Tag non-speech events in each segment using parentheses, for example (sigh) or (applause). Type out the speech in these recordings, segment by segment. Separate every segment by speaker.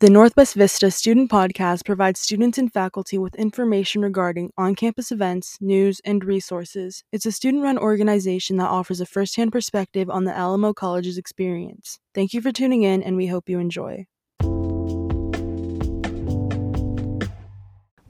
Speaker 1: The Northwest Vista Student Podcast provides students and faculty with information regarding on campus events, news, and resources. It's a student run organization that offers a first hand perspective on the Alamo College's experience. Thank you for tuning in, and we hope you enjoy.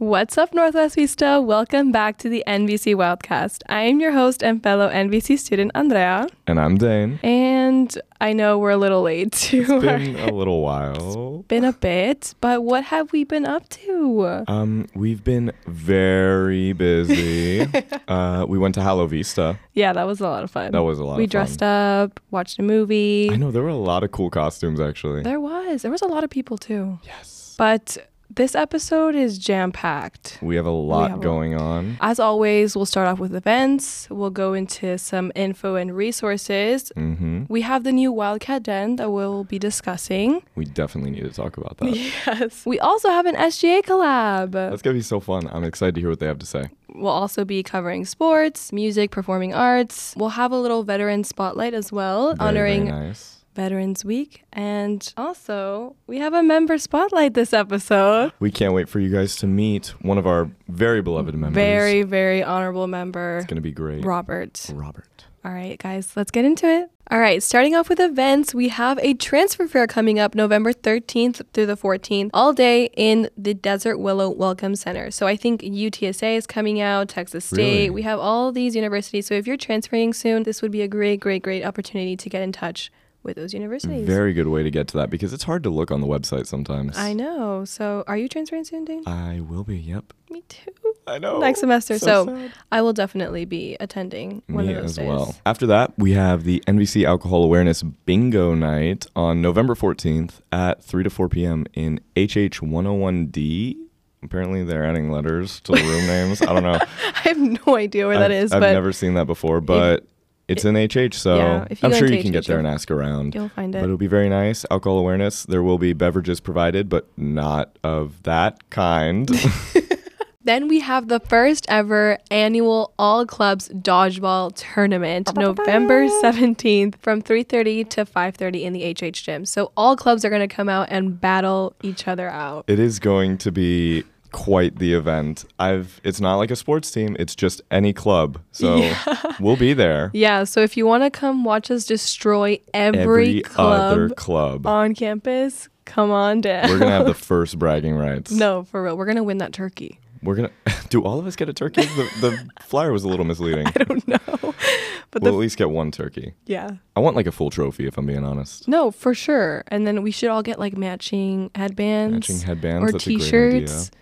Speaker 2: What's up, Northwest Vista? Welcome back to the NVC Wildcast. I am your host and fellow NVC student, Andrea.
Speaker 3: And I'm Dane.
Speaker 2: And I know we're a little late (laughs) to
Speaker 3: It's
Speaker 2: our-
Speaker 3: been a little while.
Speaker 2: been a bit, but what have we been up to?
Speaker 3: Um, we've been very busy. uh, we went to Halo Vista.
Speaker 2: Yeah, that was a lot of fun.
Speaker 3: That was a lot.
Speaker 2: we
Speaker 3: of
Speaker 2: dressed
Speaker 3: fun.
Speaker 2: up, watched a movie.
Speaker 3: I know there were a lot of cool costumes actually.
Speaker 2: There was. There was a lot of people too.
Speaker 3: yes.
Speaker 2: But this episode is jam packed.
Speaker 3: We have a lot
Speaker 2: have a- Uh,
Speaker 3: going on.
Speaker 2: As always, we'll start off with events. We'll go into some info and resources.
Speaker 3: Mm-hmm.
Speaker 2: We have the new Wildcat Den that we'll be discussing.
Speaker 3: We definitely need to talk about that.
Speaker 2: (laughs)
Speaker 3: (laughs)
Speaker 2: Yes. We also have an SGA collab.
Speaker 3: That's gonna be so fun. I'm excited to hear what they have to say.
Speaker 2: We'll also be covering sports, music, performing arts. We'll have a little veteran spotlight as well,
Speaker 3: Very, very
Speaker 2: honoring
Speaker 3: nice.
Speaker 2: Veterans Week. And also, we have a member spotlight this episode.
Speaker 3: We can't wait for you guys to meet one of our very beloved members.
Speaker 2: Very, very honorable member,
Speaker 3: It's gonna be great.
Speaker 2: Robert.
Speaker 3: Robert.
Speaker 2: All right, guys, let's get into it. All right, starting off with events, we have a transfer fair coming up November 13th through the 14th, all day in the Desert Willow Welcome Center. So I think UTSA is coming out, Texas State.
Speaker 3: Really?
Speaker 2: We have all these universities. So if you're transferring soon, this would be a great, great, great opportunity to get in touch with those universities.
Speaker 3: Very good way to get to that because it's hard to look on the website sometimes.
Speaker 2: I know. So are you transferring soon, Dane?
Speaker 3: I will be. Yep.
Speaker 2: Me too.
Speaker 3: I know.
Speaker 2: Next semester. So,
Speaker 3: So sad.
Speaker 2: I will definitely be attending one
Speaker 3: Me
Speaker 2: of those
Speaker 3: as
Speaker 2: days.
Speaker 3: well. After that, we have the NVC Alcohol Awareness Bingo Night on November 14th at 3 to 4 p.m. in HH101D. Apparently, they're adding letters to the room names. I don't know.
Speaker 2: I have no idea (laughs) where that
Speaker 3: I've-
Speaker 2: is,
Speaker 3: I've
Speaker 2: but
Speaker 3: never seen that before, but it's in HH, so
Speaker 2: Yeah, if you
Speaker 3: I'm
Speaker 2: go
Speaker 3: sure
Speaker 2: into
Speaker 3: you
Speaker 2: HH,
Speaker 3: can get there and
Speaker 2: you'll-
Speaker 3: ask around.
Speaker 2: you'll find
Speaker 3: But
Speaker 2: it.
Speaker 3: it'll be very nice. Alcohol awareness. There will be beverages provided, but not of that kind.
Speaker 2: Then we have the first ever annual all clubs dodgeball tournament, November 17th from 3:30 to 5:30 in the HH gym. So all clubs are going to come out and battle each other out.
Speaker 3: It is going to be quite the event. I've it's not like a sports team, it's just any club. So (laughs) we'll be there.
Speaker 2: Yeah, so if you want to come watch us destroy every,
Speaker 3: Every
Speaker 2: club
Speaker 3: other club.
Speaker 2: on campus, come on down.
Speaker 3: We're
Speaker 2: (laughs)
Speaker 3: gonna have the first bragging rights.
Speaker 2: no, for real. We're going to win that turkey.
Speaker 3: We're gonna (laughs) do all of us get a turkey? The, the flyer was a little misleading.
Speaker 2: (laughs) I don't know. But
Speaker 3: We'll
Speaker 2: the
Speaker 3: at least get one turkey.
Speaker 2: yeah.
Speaker 3: I want like a full trophy if I'm being honest.
Speaker 2: No, for sure. And then we should all get like matching headbands.
Speaker 3: Matching headbands,
Speaker 2: or
Speaker 3: that's a great
Speaker 2: t-shirts.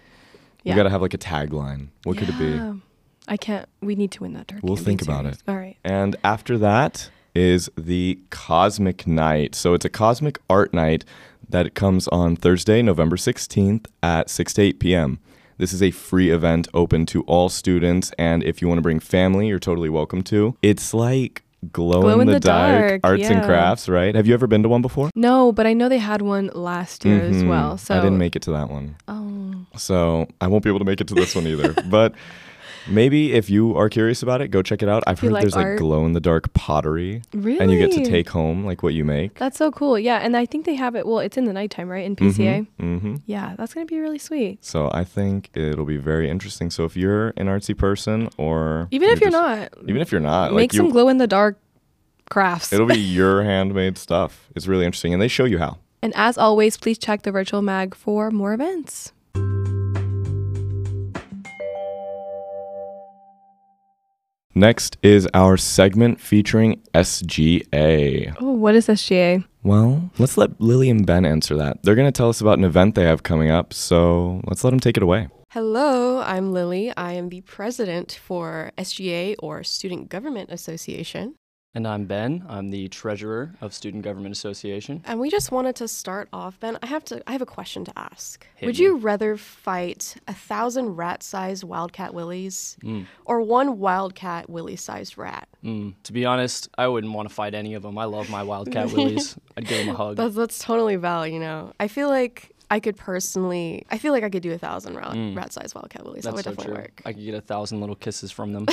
Speaker 3: We gotta have like a tagline. What could it be?
Speaker 2: Yeah. Um, I can't. We need to win that turkey.
Speaker 3: We'll
Speaker 2: I'm
Speaker 3: think
Speaker 2: being
Speaker 3: about
Speaker 2: serious.
Speaker 3: it.
Speaker 2: All right.
Speaker 3: And after that is the Cosmic Night. So it's a cosmic art night that comes on Thursday, November 16th at 6 to 8 p.m. This is a free event open to all students. And if you want to bring family, you're totally welcome to. It's like glow, in, the, dark,
Speaker 2: dark,
Speaker 3: arts and
Speaker 2: yeah.
Speaker 3: crafts, right? Have you ever been to one before?
Speaker 2: No, but I know they had one last year as
Speaker 3: Mhm.
Speaker 2: well. So
Speaker 3: I didn't make it to that one.
Speaker 2: Oh,
Speaker 3: So I won't be able to make it to this
Speaker 2: (laughs)
Speaker 3: one either. but maybe if you are curious about it, go check it out. I've
Speaker 2: you
Speaker 3: heard
Speaker 2: like
Speaker 3: there's
Speaker 2: art.
Speaker 3: like glow in the dark pottery.
Speaker 2: really?
Speaker 3: and you get to take home like what you make.
Speaker 2: That's so cool. Yeah, and I think they have it. Well, it's in the nighttime, right? In PCA.
Speaker 3: hmm
Speaker 2: Yeah, that's gonna be really sweet.
Speaker 3: So I think it'll be very interesting. So if you're an artsy person, or
Speaker 2: Even if you're
Speaker 3: just-
Speaker 2: not,
Speaker 3: even if you're not,
Speaker 2: make
Speaker 3: like
Speaker 2: some
Speaker 3: you,
Speaker 2: glow in the dark crafts. (laughs)
Speaker 3: it'll be your handmade stuff. It's really interesting, and they show you how.
Speaker 2: And as always, please check the virtual mag for more events.
Speaker 3: Next is our segment featuring SGA.
Speaker 2: Oh, what is SGA?
Speaker 3: Well, let's let Lily and Ben answer that. They're gonna tell us about an event they have coming up. So let's let them take it away.
Speaker 4: Hello, I'm Lily. I am the president for SGA or Student Government Association.
Speaker 5: And I'm Ben. I'm the treasurer of Student Government Association.
Speaker 4: And we just wanted to start off, Ben. I have to I have a question to ask.
Speaker 5: Hit
Speaker 4: Would
Speaker 5: me.
Speaker 4: you rather fight a thousand rat-sized wildcat willies or one wildcat willy-sized rat?
Speaker 5: Mm, to be honest, I wouldn't want to fight any of them. I love
Speaker 4: (laughs)
Speaker 5: my Wildcat Willies. I'd give them a hug.
Speaker 4: That's that's totally valid, you know. I feel like I could personally I feel like I could do a thousand rat, rat-sized wildcat willies. that
Speaker 5: Mm. That's
Speaker 4: would
Speaker 5: so
Speaker 4: definitely
Speaker 5: true.
Speaker 4: work.
Speaker 5: I could get a thousand little kisses
Speaker 4: (laughs)
Speaker 5: from them.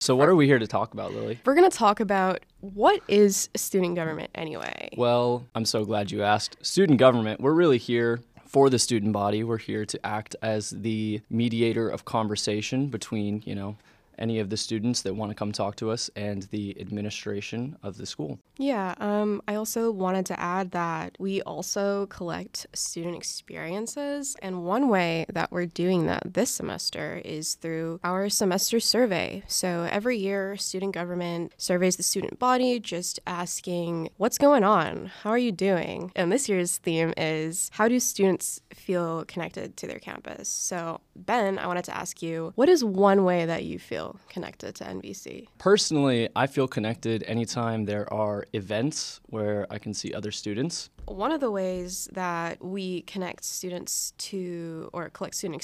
Speaker 5: so, what are we here to talk about, Lily?
Speaker 4: We're going to talk about what is student government anyway?
Speaker 5: Well, I'm so glad you asked. Student government, we're really here for the student body. We're here to act as the mediator of conversation between, you know, any of the students that want to come talk to us and the administration of the school.
Speaker 4: Yeah, um, I also wanted to add that we also collect student experiences. And one way that we're doing that this semester is through our semester survey. So every year, student government surveys the student body, just asking, What's going on? How are you doing? And this year's theme is, How do students feel connected to their campus? So, Ben, I wanted to ask you, What is one way that you feel connected to NVC?
Speaker 5: Personally, I feel connected anytime there are events where I can see other students.
Speaker 4: One of the ways that we connect students to or collect student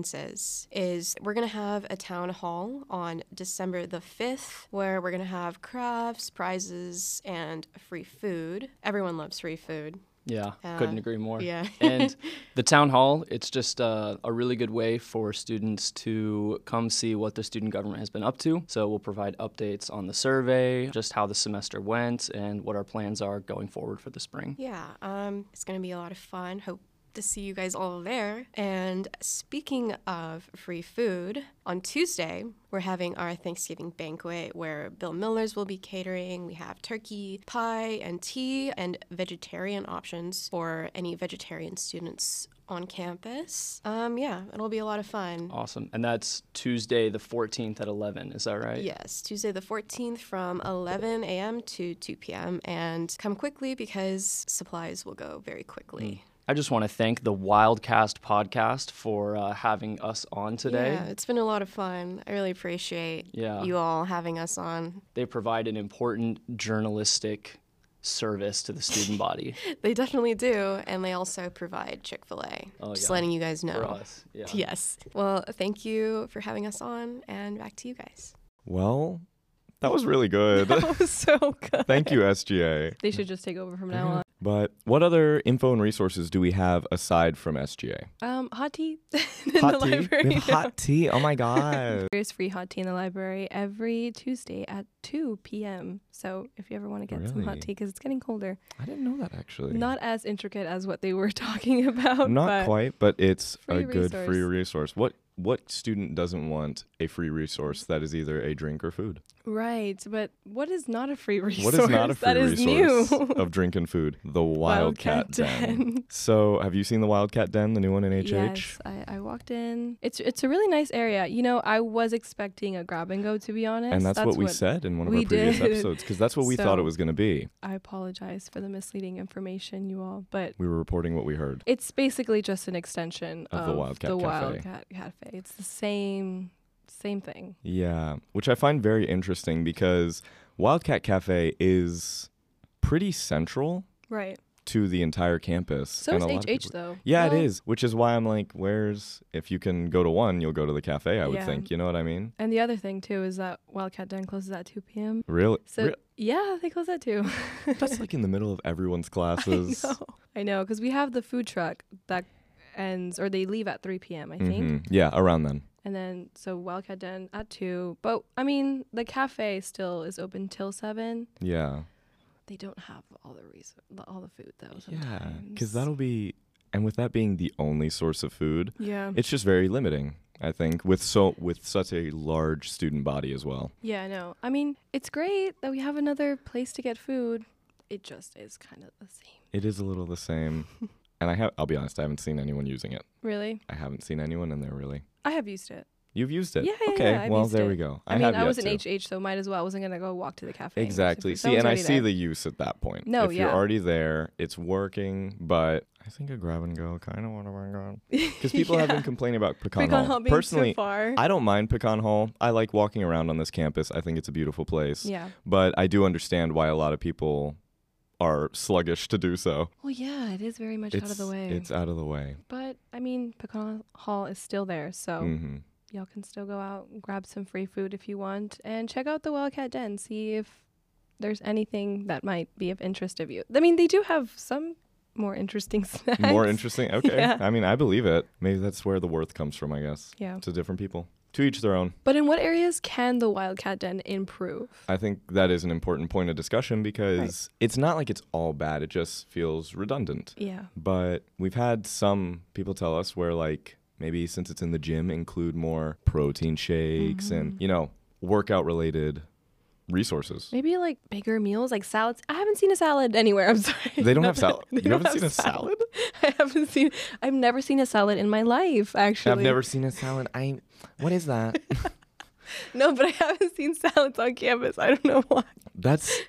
Speaker 4: experiences is we're going to have a town hall on December the 5th where we're going to have crafts, prizes, and free food. Everyone loves free food.
Speaker 5: Yeah,
Speaker 4: Uh,
Speaker 5: couldn't agree more.
Speaker 4: yeah. (laughs)
Speaker 5: and the town hall, it's just uh, a really good way for students to come see what the student government has been up to. So we'll provide updates on the survey, just how the semester went, and what our plans are going forward for the spring.
Speaker 4: Yeah, um, it's going to be a lot of fun. Hope to see you guys all there. And speaking of free food, on Tuesday, we're having our Thanksgiving banquet where Bill Miller's will be catering. We have turkey, pie, and tea, and vegetarian options for any vegetarian students on campus. Um, yeah, it'll be a lot of fun.
Speaker 5: Awesome. And that's Tuesday the 14th at 11, is that right?
Speaker 4: Yes, Tuesday the 14th from 11 a.m. to 2 p.m. And come quickly because supplies will go very quickly.
Speaker 5: Hmm. I just want to thank the Wildcast podcast for uh, having us on today.
Speaker 4: Yeah, it's been a lot of fun. I really appreciate
Speaker 5: Yeah.
Speaker 4: you all having us on. (laughs)
Speaker 5: They provide an important journalistic service to the
Speaker 3: (laughs)
Speaker 5: student body
Speaker 4: They definitely do, and they also provide Chick fil A.
Speaker 5: Oh,
Speaker 4: just
Speaker 5: yeah.
Speaker 4: letting you guys know.
Speaker 5: for us. Yeah.
Speaker 4: (laughs) Yes. Well, thank you for having us on, and back to you guys.
Speaker 3: Well, that was really
Speaker 2: (laughs)
Speaker 3: good.
Speaker 2: That was so good.
Speaker 3: Thank you, SGA.
Speaker 2: They should just take over from now on.
Speaker 3: But what other info and resources do we have aside from SGA?
Speaker 2: Um, hot tea (laughs) in the
Speaker 3: Hot tea.
Speaker 2: library.
Speaker 3: We have hot tea. Oh
Speaker 2: (laughs)
Speaker 3: my god.
Speaker 2: There's free hot tea in the library every Tuesday at 2 p.m. So if you ever want to get some hot
Speaker 3: Really?
Speaker 2: tea, because it's getting colder.
Speaker 3: I didn't know that actually.
Speaker 2: Not as intricate as what they were (laughs) talking about.
Speaker 3: Not
Speaker 2: but
Speaker 3: quite, but it's a
Speaker 2: free
Speaker 3: good free
Speaker 2: resource.
Speaker 3: resource. What what student doesn't want a free resource that is either a drink or food?
Speaker 2: Right. But what is not a free (laughs) resource?
Speaker 3: What is not a free
Speaker 2: that is (laughs)
Speaker 3: resource
Speaker 2: new.
Speaker 3: of drink and food? The Wildcat,
Speaker 2: Wildcat
Speaker 3: Den.
Speaker 2: Den.
Speaker 3: So, have you seen the Wildcat Den, the new one in HH?
Speaker 2: Yes, I, I walked in. It's it's a really nice area. You know, I was expecting a grab and go to be honest.
Speaker 3: And that's, what we said in one of our
Speaker 2: we
Speaker 3: previous
Speaker 2: did.
Speaker 3: episodes because that's what we thought it
Speaker 2: So-
Speaker 3: was going to be.
Speaker 2: I apologize for the misleading information, you all, but
Speaker 3: We were reporting what we heard.
Speaker 2: it's basically just an extension
Speaker 3: Of
Speaker 2: of,
Speaker 3: the Wildcat
Speaker 2: the
Speaker 3: Cafe.
Speaker 2: Wildcat Cafe. It's the same same thing.
Speaker 3: Yeah, which I find very interesting because Wildcat Cafe is pretty central
Speaker 2: Right.
Speaker 3: to the entire campus.
Speaker 2: So
Speaker 3: and a lot
Speaker 2: is
Speaker 3: of
Speaker 2: HH
Speaker 3: people-
Speaker 2: though.
Speaker 3: Yeah,
Speaker 2: Well,
Speaker 3: it is, which is why I'm like, where's if you can go to one, you'll go to the cafe. I would
Speaker 2: Yeah.
Speaker 3: think, you know what I mean?
Speaker 2: And the other thing too is that Wildcat Den closes at 2 p.m.
Speaker 3: Really?
Speaker 2: So
Speaker 3: Re-
Speaker 2: yeah, they close at 2. (laughs)
Speaker 3: that's like in the middle of everyone's
Speaker 2: I
Speaker 3: classes.
Speaker 2: know. I know cuz we have the food truck that ends or they leave at 3 p.m. I think.
Speaker 3: Mhm. Yeah, around then.
Speaker 2: And then so Wildcat Den at 2. But I mean, the cafe still is open till 7.
Speaker 3: Yeah.
Speaker 2: They don't have all the reason all the food though
Speaker 3: Yeah,
Speaker 2: sometimes.
Speaker 3: because that'll be, and with that being the only source of food,
Speaker 2: Yeah.
Speaker 3: it's just very limiting. I think with so with such a large student body as well.
Speaker 2: Yeah, I know. I mean, it's great that we have another place to get food. It just is kind of the same.
Speaker 3: It is a little
Speaker 2: (laughs)
Speaker 3: the same, and I have. I'll be honest. I haven't seen anyone using it.
Speaker 2: Really?
Speaker 3: I haven't seen anyone in there really.
Speaker 2: I have used it.
Speaker 3: You've used it.
Speaker 2: Yeah, yeah,
Speaker 3: okay.
Speaker 2: yeah, I've
Speaker 3: well,
Speaker 2: used
Speaker 3: there
Speaker 2: it.
Speaker 3: we go.
Speaker 2: I, mean,
Speaker 3: have
Speaker 2: I
Speaker 3: yet
Speaker 2: was an
Speaker 3: to.
Speaker 2: HH, so might as well. I wasn't going to go walk to the cafe. and get
Speaker 3: Exactly.
Speaker 2: some food.
Speaker 3: See,
Speaker 2: Someone's
Speaker 3: and I
Speaker 2: already
Speaker 3: see
Speaker 2: there.
Speaker 3: the use at that point.
Speaker 2: No,
Speaker 3: if you're
Speaker 2: yeah.
Speaker 3: already there, it's working. But I think a grab and go kind of want to work on
Speaker 2: (laughs)
Speaker 3: because people have been complaining about pecan,
Speaker 2: Pecan Hall being too
Speaker 3: Personally,
Speaker 2: far.
Speaker 3: I don't mind pecan hall. I like walking around on this campus. I think it's a beautiful place.
Speaker 2: Yeah.
Speaker 3: But I do understand why a lot of people are sluggish to do so.
Speaker 2: Well, yeah, it is very much
Speaker 3: it's
Speaker 2: out of the way.
Speaker 3: It's out of
Speaker 2: (laughs)
Speaker 3: the way.
Speaker 2: but I mean, Pecan Hall is still there, so
Speaker 3: hmm
Speaker 2: y'all can still go out and grab some free food if you want, and check out the Wildcat Den. See if there's anything that might be of interest of you. I mean, they do have some more interesting (laughs) snacks.
Speaker 3: More interesting. Okay.
Speaker 2: (laughs) Yeah.
Speaker 3: I mean, I believe it. Maybe that's where the worth comes from. I guess
Speaker 2: Yeah.
Speaker 3: to different people. To each their own.
Speaker 2: But in what areas can the Wildcat Den improve?
Speaker 3: I think that is an important point of discussion because it's not like it's all bad. It just feels redundant.
Speaker 2: Yeah.
Speaker 3: But we've had some people tell us where, like, maybe since it's in the gym, include more protein shakes
Speaker 2: Mm-hmm.
Speaker 3: and, you know, workout related
Speaker 2: (laughs)
Speaker 3: resources.
Speaker 2: Maybe like bigger meals, like salads. I haven't seen a salad anywhere. I'm (laughs) sorry.
Speaker 3: They don't have salad.
Speaker 2: They
Speaker 3: You
Speaker 2: don't
Speaker 3: haven't
Speaker 2: have
Speaker 3: seen a salad?
Speaker 2: (laughs) I haven't seen. I've never seen a salad in my life. Actually,
Speaker 3: I've never seen a salad. I. What
Speaker 2: (laughs)
Speaker 3: is that?
Speaker 2: No, but I haven't seen salads on campus. I don't know why.
Speaker 3: that's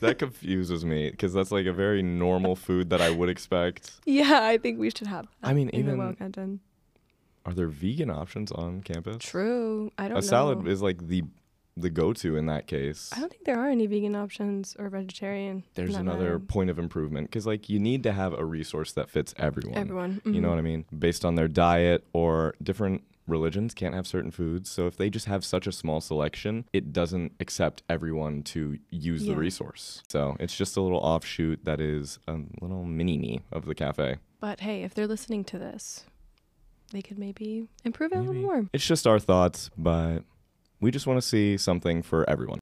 Speaker 3: that confuses me because that's like a very normal food that I would expect.
Speaker 2: Yeah, I think we should have. That
Speaker 3: I mean,
Speaker 2: in the
Speaker 3: even-
Speaker 2: Wildcat Den.
Speaker 3: Are there vegan options on campus?
Speaker 2: True. I don't.
Speaker 3: a salad
Speaker 2: know.
Speaker 3: is like the the go-to in that case.
Speaker 2: I don't think there are any vegan options or vegetarian. for
Speaker 3: There's
Speaker 2: that
Speaker 3: another
Speaker 2: matter.
Speaker 3: point of improvement because like you need to have a resource that fits everyone.
Speaker 2: Everyone.
Speaker 3: You
Speaker 2: mhm.
Speaker 3: know what I mean? Based on their diet or different religions can't have certain foods. So if they just have such a small selection, it doesn't accept everyone to use
Speaker 2: Yeah.
Speaker 3: the resource. So it's just a little offshoot that is a little mini me of the cafe.
Speaker 2: But hey, if they're listening to this, they could maybe improve it a little more.
Speaker 3: It's just our thoughts, but we just want to see something for everyone.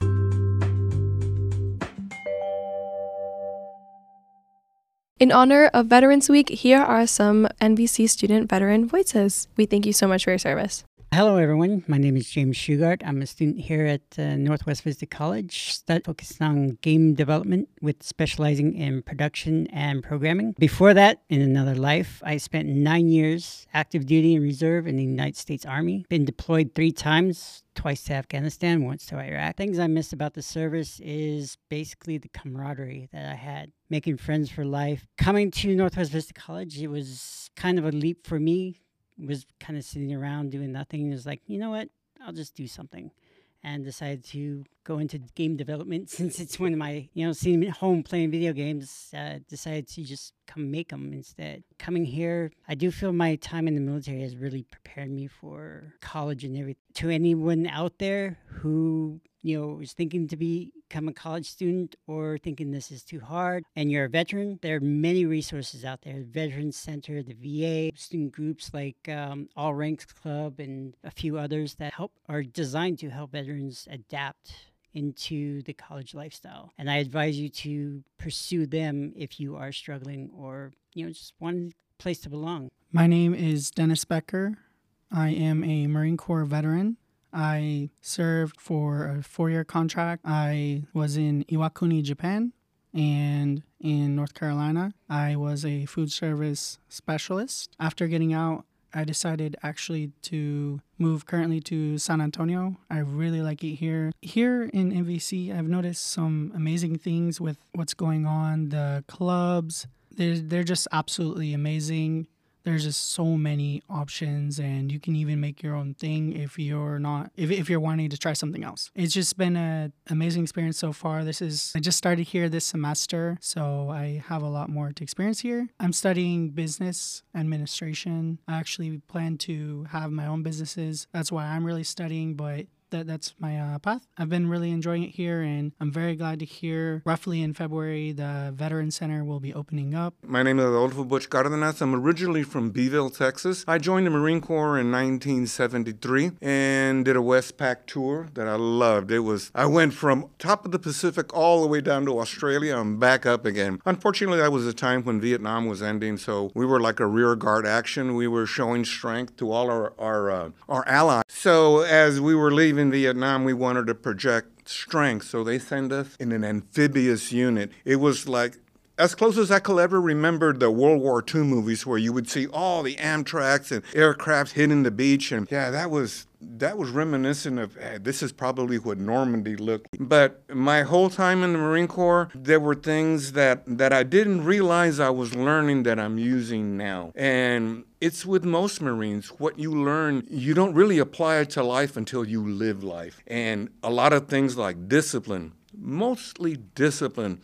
Speaker 2: In honor of Veterans Week, here are some NBC student veteran voices. We thank you so much for your service.
Speaker 6: Hello, everyone. My name is James Shugart. I'm a student here at uh, Northwest Vista College that focused on game development with specializing in production and programming. Before that, in another life, I spent nine years active duty and reserve in the United States Army. Been deployed three times, twice to Afghanistan, once to Iraq. Things I miss about the service is basically the camaraderie that I had, making friends for life. Coming to Northwest Vista College, it was kind of a leap for me was kind of sitting around doing nothing and was like, you know what? I'll just do something. And decided to go into game development (laughs) since it's one of my, you know, sitting at home playing video games, uh, decided to just come make them instead. Coming here, I do feel my time in the military has really prepared me for college and everything. To anyone out there who, you know, is thinking to be become a college student or thinking this is too hard and you're a veteran, there are many resources out there. Veterans Center, the VA, student groups like um, All Ranks Club and a few others that help are designed to help veterans adapt into the college lifestyle. And I advise you to pursue them if you are struggling or, you know, just one place to belong.
Speaker 7: My name is Dennis Becker. I am a Marine Corps veteran. I served for a four year contract. I was in Iwakuni, Japan, and in North Carolina. I was a food service specialist. After getting out, I decided actually to move currently to San Antonio. I really like it here. Here in MVC, I've noticed some amazing things with what's going on, the clubs. They're, they're just absolutely amazing. There's just so many options, and you can even make your own thing if you're not if, if you're wanting to try something else. It's just been an amazing experience so far. This is I just started here this semester, so I have a lot more to experience here. I'm studying business administration. I actually plan to have my own businesses. That's why I'm really studying, but that that's my uh, path. I've been really enjoying it here, and I'm very glad to hear. Roughly in February, the Veteran Center will be opening up.
Speaker 8: My name is Adolfo Butch Cardenas. I'm originally from Beeville, Texas. I joined the Marine Corps in 1973 and did a Westpac tour that I loved. It was I went from top of the Pacific all the way down to Australia and back up again. Unfortunately, that was a time when Vietnam was ending, so we were like a rear guard action. We were showing strength to all our our uh, our allies. So as we were leaving Vietnam, we wanted to project strength. So they send us in an amphibious unit. It was like as close as I could ever remember the World War II movies where you would see all the Amtrak's and aircraft hitting the beach and yeah, that was that was reminiscent of eh, this is probably what Normandy looked. But my whole time in the Marine Corps, there were things that that I didn't realize I was learning that I'm using now. And it's with most Marines. What you learn, you don't really apply it to life until you live life. And a lot of things like discipline, mostly discipline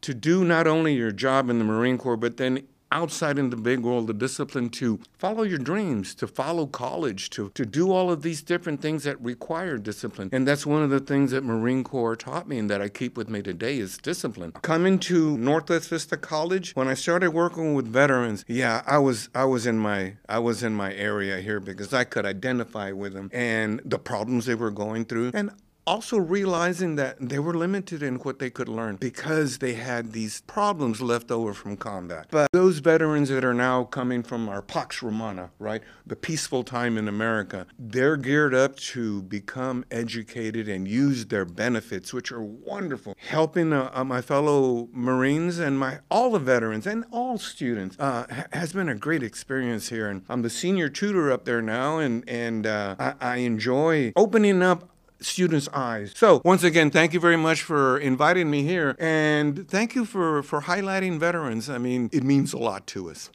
Speaker 8: to do not only your job in the Marine Corps, but then outside in the big world, the discipline to follow your dreams, to follow college, to, to do all of these different things that require discipline. And that's one of the things that Marine Corps taught me and that I keep with me today is discipline. Coming to Northwest Vista College, when I started working with veterans, yeah, I was I was in my I was in my area here because I could identify with them and the problems they were going through. And also realizing that they were limited in what they could learn because they had these problems left over from combat. But those veterans that are now coming from our Pax Romana, right, the peaceful time in America, they're geared up to become educated and use their benefits, which are wonderful. Helping uh, uh, my fellow Marines and my all the veterans and all students uh, ha- has been a great experience here. And I'm the senior tutor up there now, and and uh, I, I enjoy opening up students' eyes. So once again, thank you very much for inviting me here, and thank you for for highlighting veterans. I mean, it means a lot to us.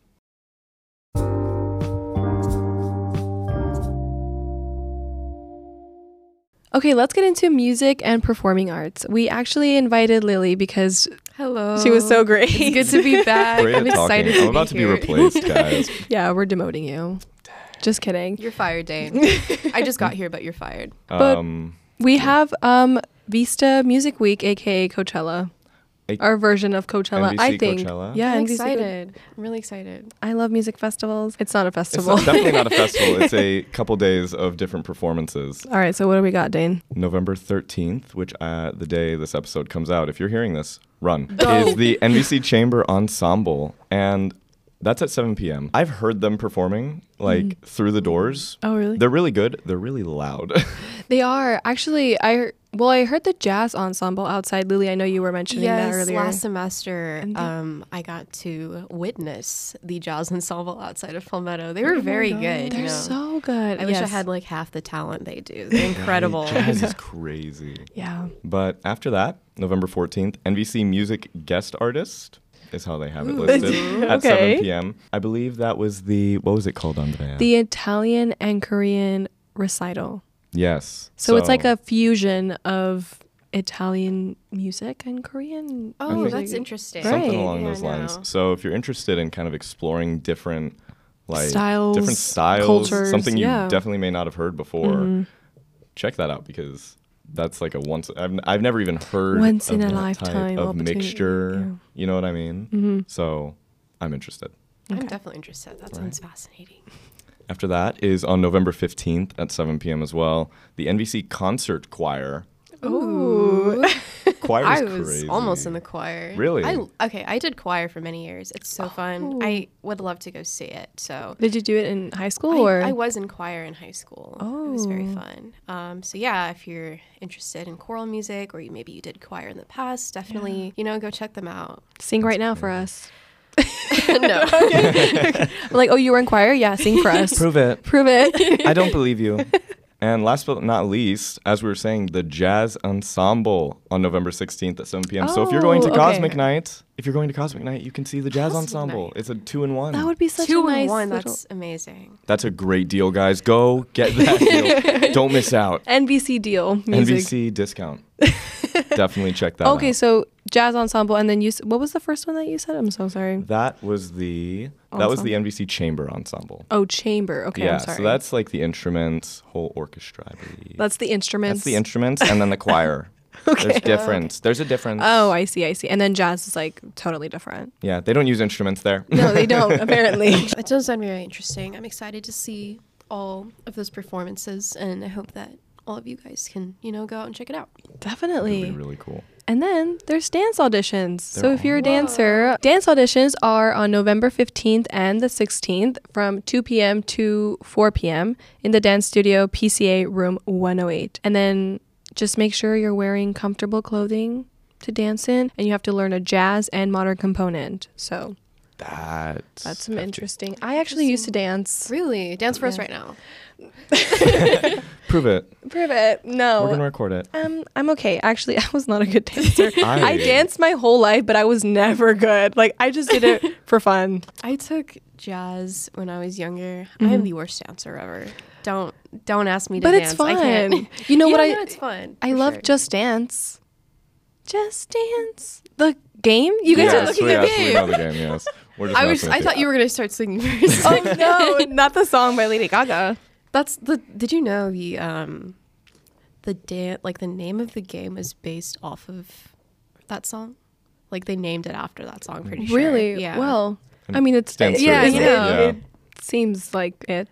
Speaker 2: Okay, let's get into music and performing arts. We actually invited Lily because
Speaker 4: Hello.
Speaker 2: she was so great.
Speaker 4: It's good to (laughs) be back.
Speaker 3: Great
Speaker 4: I'm
Speaker 3: at talking.
Speaker 4: excited to
Speaker 3: I'm
Speaker 4: be
Speaker 3: about to be
Speaker 4: here.
Speaker 2: (laughs)
Speaker 3: replaced,
Speaker 4: (laughs)
Speaker 3: guys.
Speaker 2: yeah, we're demoting you. Just kidding.
Speaker 4: You're fired,
Speaker 2: (laughs)
Speaker 4: Dane. I just got here, but you're fired.
Speaker 2: But-
Speaker 3: um,
Speaker 2: We have um Vista Music Week, aka Coachella.
Speaker 3: A-
Speaker 2: Our version of Coachella,
Speaker 3: NBC
Speaker 2: I think.
Speaker 3: Coachella?
Speaker 2: Yeah,
Speaker 4: I'm
Speaker 2: NBC Coach-
Speaker 4: excited. I'm really excited.
Speaker 2: I love music festivals. It's not a
Speaker 3: it's
Speaker 2: festival.
Speaker 3: not,
Speaker 2: (laughs)
Speaker 3: definitely not a festival. It's a couple days of different performances.
Speaker 2: All right, so what do we got, Dane?
Speaker 3: November 13th, which uh, the day this episode comes out, if you're hearing this, run, is the NBC Chamber Ensemble. And that's at 7 p.m. I've heard them performing like through the doors.
Speaker 2: Mm. Oh, really?
Speaker 3: They're really good. They're
Speaker 2: (laughs)
Speaker 3: really loud.
Speaker 2: They are actually. I hear- well, I heard the jazz ensemble outside. Lily, I know you were mentioning that
Speaker 4: Yes,
Speaker 2: earlier.
Speaker 4: last semester, um, I got to witness the jazz ensemble outside of Palmetto. They were very good.
Speaker 2: Oh They're
Speaker 4: you know.
Speaker 2: so good.
Speaker 4: I wish I
Speaker 2: Yes.
Speaker 4: had like half the talent they
Speaker 2: (laughs)
Speaker 4: do. They're incredible. (laughs)
Speaker 3: Jazz (laughs) is crazy.
Speaker 2: Yeah.
Speaker 3: But after that, November 14th, NBC Music Guest Artist is how they have
Speaker 2: (laughs)
Speaker 3: it listed at
Speaker 2: Okay.
Speaker 3: 7 p.m. I believe that was the, what was it called, Andrea?
Speaker 2: The Italian and Korean recital.
Speaker 3: yes.
Speaker 2: So, it's like a fusion of Italian music and Korean.
Speaker 4: oh,
Speaker 2: music.
Speaker 4: that's interesting.
Speaker 3: something
Speaker 2: Right.
Speaker 3: along
Speaker 4: Yeah,
Speaker 3: those
Speaker 4: I
Speaker 3: lines.
Speaker 4: know.
Speaker 3: So if you're interested in kind of exploring different like
Speaker 2: Styles,
Speaker 3: different styles,
Speaker 2: cultures,
Speaker 3: something you
Speaker 2: yeah. Mm-hmm.
Speaker 3: definitely may not have heard before, check that out because that's like a once I've, I've never even heard
Speaker 2: Once
Speaker 3: of
Speaker 2: in a
Speaker 3: that
Speaker 2: lifetime
Speaker 3: type of
Speaker 2: opportunity,
Speaker 3: mixture. You know what I mean? Mm-hmm. So I'm interested.
Speaker 4: I'm definitely interested. That sounds fascinating.
Speaker 3: After that is on November 15th at 7 p.m. as well, the NBC Concert Choir.
Speaker 4: Ooh.
Speaker 3: (laughs) Choir is
Speaker 4: I was
Speaker 3: crazy.
Speaker 4: almost in the choir.
Speaker 3: Really?
Speaker 4: I, okay, I did choir for many years. It's so fun. I
Speaker 2: Oh.
Speaker 4: would love to go see it. So
Speaker 2: Did you do it in high school
Speaker 4: I,
Speaker 2: or?
Speaker 4: I was in choir in high school. It was very fun. Um, so yeah, if you're interested in choral music or you, maybe you did choir in the past, definitely, you know, go check them (laughs) out.
Speaker 2: Sing right now for us.
Speaker 4: (laughs)
Speaker 2: (laughs)
Speaker 4: no.
Speaker 2: like, oh, you were in choir? Yeah, sing (laughs) for us.
Speaker 3: Prove it.
Speaker 2: Prove it.
Speaker 3: (laughs) I don't believe you. And last but not least, as we were saying, the Jazz Ensemble on November 16th at 7 p.m. so if you're going to
Speaker 2: Oh, okay.
Speaker 3: Cosmic Night, if you're going to Cosmic Night, you can see the Jazz Ensemble.
Speaker 4: Night.
Speaker 3: It's a two in
Speaker 2: (laughs)
Speaker 3: one.
Speaker 2: that would be such
Speaker 4: Two
Speaker 2: a nice
Speaker 4: and one,
Speaker 2: little-
Speaker 4: that's amazing.
Speaker 3: That's a great deal, guys. Go get
Speaker 2: (laughs)
Speaker 3: that deal. Don't miss out.
Speaker 2: NBC deal music. (laughs)
Speaker 3: NBC discount. Definitely check that
Speaker 2: Okay,
Speaker 3: out.
Speaker 2: so jazz ensemble, and then you. s- What was the first one that you said? I'm so sorry.
Speaker 3: That was the that was the NBC Chamber Ensemble.
Speaker 2: Oh, chamber. Okay,
Speaker 3: yeah,
Speaker 2: I'm sorry.
Speaker 3: so that's like the instruments, whole orchestra, I believe.
Speaker 2: That's the instruments.
Speaker 3: That's the instruments and then
Speaker 2: (laughs)
Speaker 3: the choir. There's
Speaker 2: Okay.
Speaker 3: difference. There's a difference.
Speaker 2: Oh, I see, I see. And then jazz is like totally different.
Speaker 3: Yeah, they don't use instruments there.
Speaker 2: No, they
Speaker 3: (laughs)
Speaker 2: don't,
Speaker 4: (laughs)
Speaker 2: apparently.
Speaker 4: That does sound very interesting. I'm excited to see all of those performances and I hope that all of you guys can, you know, go out and check it out.
Speaker 2: Definitely.
Speaker 3: It'd be really cool.
Speaker 2: And then there's dance auditions. so if you're a dancer, dance auditions are on November 15th and the 16th from 2 p.m. to 4 p.m. in the dance studio PCA room 108. And then just make sure you're wearing comfortable clothing to dance in and you have to learn a jazz and modern component. So
Speaker 3: That
Speaker 2: that's some interesting. I actually used to dance.
Speaker 4: Really? Dance for us right now.
Speaker 3: prove it.
Speaker 2: Prove it. No.
Speaker 3: We're gonna record it.
Speaker 2: Um, I'm okay. Actually, (laughs) I was not a good dancer.
Speaker 3: (laughs) I-
Speaker 2: I, danced my whole life, but I was never good. Like I just did
Speaker 3: (laughs)
Speaker 2: it for fun.
Speaker 4: I took jazz when I was younger. I am the worst dancer ever. Don't don't ask me to
Speaker 2: But
Speaker 4: dance.
Speaker 2: it's
Speaker 4: I
Speaker 2: fun.
Speaker 4: (laughs) can't.
Speaker 2: You know what
Speaker 4: Yeah,
Speaker 2: I-
Speaker 4: no, it's fun.
Speaker 2: I
Speaker 4: for
Speaker 2: love
Speaker 4: sure.
Speaker 2: Just Dance. Just Dance. The game? You guys
Speaker 3: yes,
Speaker 2: are looking
Speaker 3: we
Speaker 2: at
Speaker 3: absolutely
Speaker 2: me.
Speaker 3: know the game. Yes, We're just
Speaker 4: I
Speaker 3: not
Speaker 4: was.
Speaker 3: gonna
Speaker 4: I
Speaker 3: do
Speaker 4: thought
Speaker 3: it.
Speaker 4: you were gonna start
Speaker 2: (laughs)
Speaker 4: singing. First.
Speaker 2: oh no, not the song by Lady Gaga.
Speaker 4: That's the. Did you know the um, the dan like the name of the game is based off of that song. Like they named it after that song. Pretty (laughs) sure.
Speaker 2: Really?
Speaker 4: Yeah.
Speaker 2: Well, I mean, it's
Speaker 3: Dance
Speaker 2: yeah,
Speaker 3: series,
Speaker 2: you
Speaker 3: right?
Speaker 2: know,
Speaker 3: Yeah.
Speaker 2: it seems like it.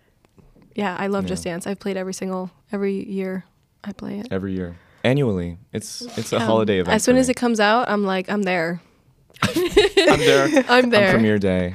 Speaker 2: Yeah, I love Just Dance. I've played every single every year. I play it.
Speaker 3: every year, annually. It's it's a holiday
Speaker 2: Oh,
Speaker 3: event.
Speaker 2: As soon
Speaker 3: for
Speaker 2: as
Speaker 3: me.
Speaker 2: it comes out, I'm like, I'm there.
Speaker 3: (laughs) I'm there.
Speaker 2: (laughs) I'm
Speaker 3: On
Speaker 2: there. (laughs)
Speaker 3: premiere day.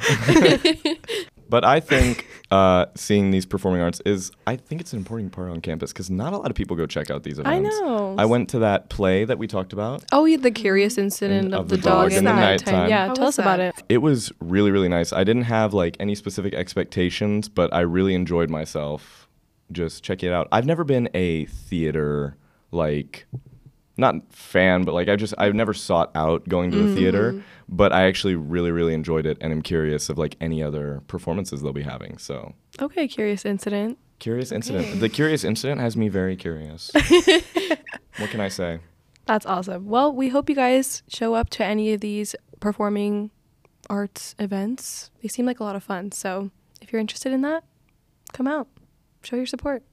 Speaker 3: but I think uh, seeing these performing arts is, I think it's an important part on campus because not a lot of people go check out these
Speaker 2: I
Speaker 3: events.
Speaker 2: know.
Speaker 3: I went to that play that we talked about.
Speaker 2: Oh, yeah, the curious incident
Speaker 3: And
Speaker 2: of, the, dog, in the nighttime.
Speaker 3: nighttime.
Speaker 2: Yeah,
Speaker 4: How
Speaker 2: tell us
Speaker 4: was
Speaker 2: about it.
Speaker 4: that?
Speaker 3: It was really, really nice. I didn't have like any specific expectations, but I really enjoyed myself just checking it out. I've never been a theater like not fan, but like I just I've never sought out going to
Speaker 2: Mm-hmm.
Speaker 3: a theater, but I actually really, really enjoyed it and I'm curious of like any other performances they'll be having. So
Speaker 2: Okay, curious incident.
Speaker 3: Curious incident. The curious incident has me
Speaker 2: (laughs)
Speaker 3: very curious. what can I say?
Speaker 2: That's awesome. Well, we hope you guys show up to any of these performing arts events. They seem like a lot of fun. So if you're interested in that, come out, show your support.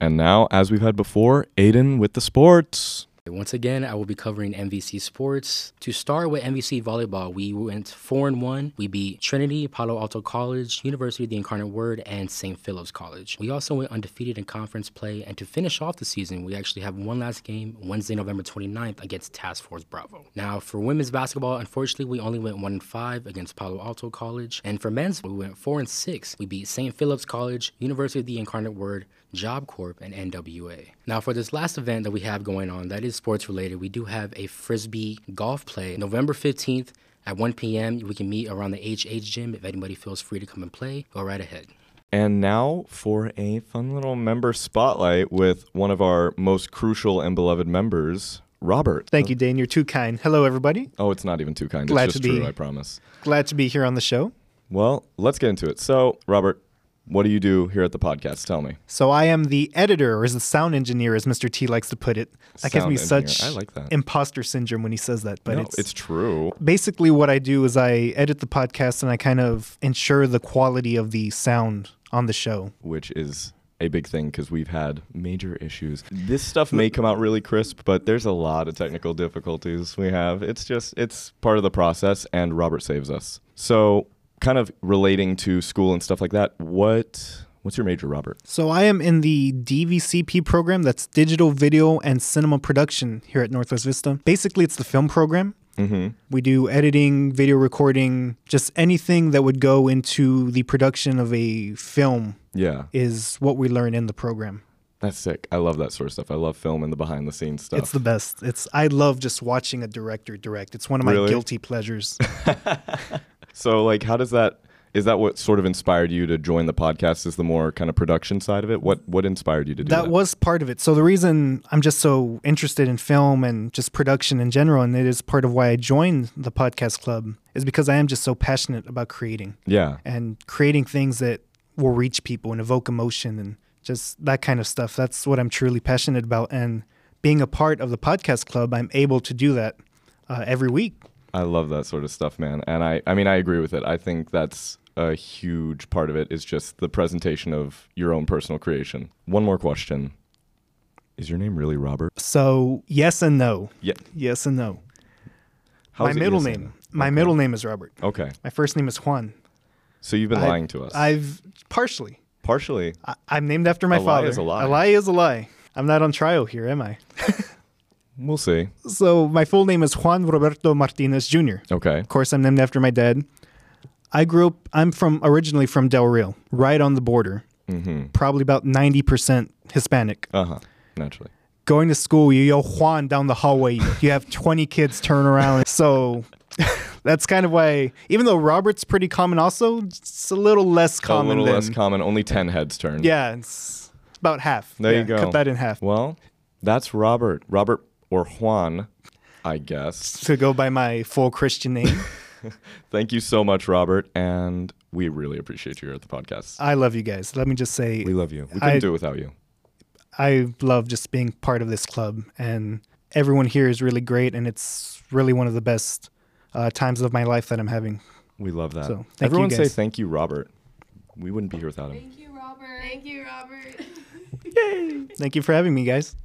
Speaker 3: And now, as we've had before, Aiden with the sports.
Speaker 9: Once again, I will be covering MVC sports. To start with MVC volleyball, we went 4 and 1. We beat Trinity, Palo Alto College, University of the Incarnate Word, and St. Philip's College. We also went undefeated in conference play, and to finish off the season, we actually have one last game Wednesday, November 29th against Task Force Bravo. Now, for women's basketball, unfortunately, we only went 1 and 5 against Palo Alto College, and for men's, we went 4 and 6. We beat St. Philip's College, University of the Incarnate Word, Job Corp, and NWA. Now, for this last event that we have going on that is sports related, we do have a frisbee golf play November 15th at 1 p.m. We can meet around the HH gym. If anybody feels free to come and play, go right ahead.
Speaker 3: And now for a fun little member spotlight with one of our most crucial and beloved members, Robert.
Speaker 10: Thank you, Dane. You're too kind. Hello, everybody.
Speaker 3: Oh, it's not even too kind.
Speaker 10: Glad
Speaker 3: it's
Speaker 10: to
Speaker 3: just
Speaker 10: be-
Speaker 3: true, I promise.
Speaker 10: Glad to be here on the show.
Speaker 3: Well, let's get into it. So, Robert, what do you do here at the podcast? Tell me.
Speaker 10: So I am the editor, or the sound engineer, as Mr. T likes to put it. That gives
Speaker 3: Sound
Speaker 10: me
Speaker 3: engineer.
Speaker 10: such
Speaker 3: I like that.
Speaker 10: imposter syndrome when he says that, but
Speaker 3: no,
Speaker 10: it's,
Speaker 3: it's true.
Speaker 10: basically what I do is I edit the podcast and I kind of ensure the quality of the sound on the show.
Speaker 3: which is a big thing because we've had major issues. This stuff may come out really crisp, but there's a lot of technical difficulties we have. It's just, it's part of the process, and Robert saves us. So, kind of relating to school and stuff like that, what. What's your major, Robert?
Speaker 10: So I am in the DVCP program that's digital video and cinema production here at Northwest Vista. Basically, it's the film program.
Speaker 3: Mm-hmm.
Speaker 10: We do editing, video recording, just anything that would go into the production of a film
Speaker 3: Yeah,
Speaker 10: is what we learn in the program.
Speaker 3: that's sick. I love that sort of stuff. I love film and the behind the scenes stuff.
Speaker 10: It's the best. It's I love just watching a director direct. It's one of my
Speaker 3: Really?
Speaker 10: guilty
Speaker 3: (laughs)
Speaker 10: pleasures.
Speaker 3: so, like, how does that? Is that what sort of inspired you to join the podcast? Is the more kind of production side of it? What What inspired you to do that?
Speaker 10: that was part of it. So the reason I'm just so interested in film and just production in general, and it is part of why I joined the podcast club, is because I am just so passionate about creating
Speaker 3: yeah,
Speaker 10: and creating things that will reach people and evoke emotion and just that kind of stuff. That's what I'm truly passionate about. And being a part of the podcast club, I'm able to do that uh, every week.
Speaker 3: I love that sort of stuff, man. And I, I mean, I agree with it. I think that's a huge part of it is just the presentation of your own personal creation. One more question. Is your name really Robert?
Speaker 10: So yes and no.
Speaker 3: Yeah.
Speaker 10: Yes and no.
Speaker 3: How
Speaker 10: my
Speaker 3: is it
Speaker 10: middle
Speaker 3: you're saying
Speaker 10: name. My middle name is Robert.
Speaker 3: that? Okay.
Speaker 10: My first name is Juan.
Speaker 3: So you've been
Speaker 10: I-
Speaker 3: lying to us.
Speaker 10: I've partially.
Speaker 3: Partially.
Speaker 10: I, I'm named after my
Speaker 3: A lie
Speaker 10: father.
Speaker 3: is a lie.
Speaker 10: A lie is a lie. I'm not on trial here, am I?
Speaker 3: We'll see.
Speaker 10: So my full name is Juan Roberto Martinez Jr.
Speaker 3: Okay.
Speaker 10: Of course, I'm named after my dad. I grew up. I'm from originally from Del Rio, right on the border.
Speaker 3: Mm-hmm.
Speaker 10: Probably about 90% Hispanic.
Speaker 3: Uh huh. Naturally.
Speaker 10: Going to school, you yell Juan down the hallway. You have 20 kids turn around. So (laughs) that's kind of why, even though Robert's pretty common, also it's a little less common.
Speaker 3: a little
Speaker 10: than,
Speaker 3: less common. Only 10 heads turned.
Speaker 10: Yeah, it's about half.
Speaker 3: There
Speaker 10: Yeah,
Speaker 3: you go.
Speaker 10: Cut that in half
Speaker 3: Well, that's Robert. Robert or Juan, I guess.
Speaker 10: to go by
Speaker 3: (laughs)
Speaker 10: my full Christian name.
Speaker 3: Thank you so much, Robert. And we really appreciate you here at the podcast.
Speaker 10: I love you guys. Let me just say,
Speaker 3: we love you. We couldn't
Speaker 10: I-
Speaker 3: do it without you.
Speaker 10: I love just being part of this club, and everyone here is really great, and it's really one of the best uh, times of my life that I'm having.
Speaker 3: We love that.
Speaker 10: So, thank you
Speaker 3: Everyone say
Speaker 10: guys.
Speaker 3: thank you, Robert. We wouldn't be here without him.
Speaker 2: Thank you, Robert. Thank you, Robert.
Speaker 10: Thank you for having me, guys.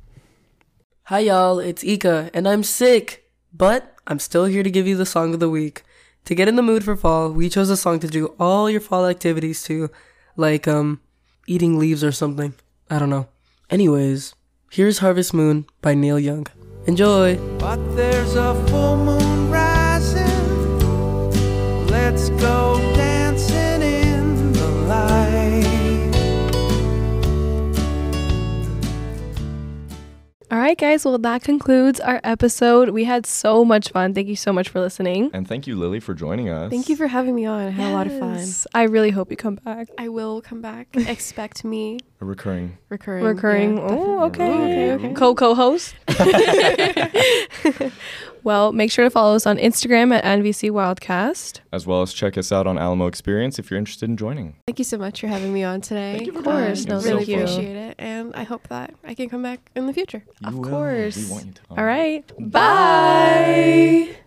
Speaker 11: Hi y'all, it's Ika, and I'm sick, but I'm still here to give you the song of the week. To get in the mood for fall, we chose a song to do all your fall activities to, like um, eating leaves or something. I don't know. Anyways, here's Harvest Moon by Neil Young. Enjoy.
Speaker 12: But there's a full moon rising. Let's go dancing in the light.
Speaker 2: All right, guys. Well, that concludes our episode. We had so much fun. Thank you so much for listening.
Speaker 3: And thank you, Lily, for joining us.
Speaker 4: Thank you for having me on. I had a lot of fun.
Speaker 2: Yes. I really hope you come back.
Speaker 4: I will come
Speaker 2: (laughs)
Speaker 4: back. Expect me
Speaker 3: A recurring.
Speaker 4: recurring.
Speaker 2: Recurring.
Speaker 4: Yeah, definitely.
Speaker 2: oh, okay.
Speaker 4: Okay, okay.
Speaker 2: Co
Speaker 4: (laughs)
Speaker 2: co host. (laughs) well, make sure to follow us on Instagram at NVC Wildcast.
Speaker 3: As well as check us out on Alamo Experience if you're interested in joining.
Speaker 4: Thank you so much for having me on today.
Speaker 3: Thank you for
Speaker 4: Um,
Speaker 3: coming. Of course. No,
Speaker 4: really
Speaker 3: thank you.
Speaker 4: appreciate it, and I hope that I can come back in the future.
Speaker 3: You will. We
Speaker 2: course.
Speaker 3: want you to.
Speaker 2: All right. Bye.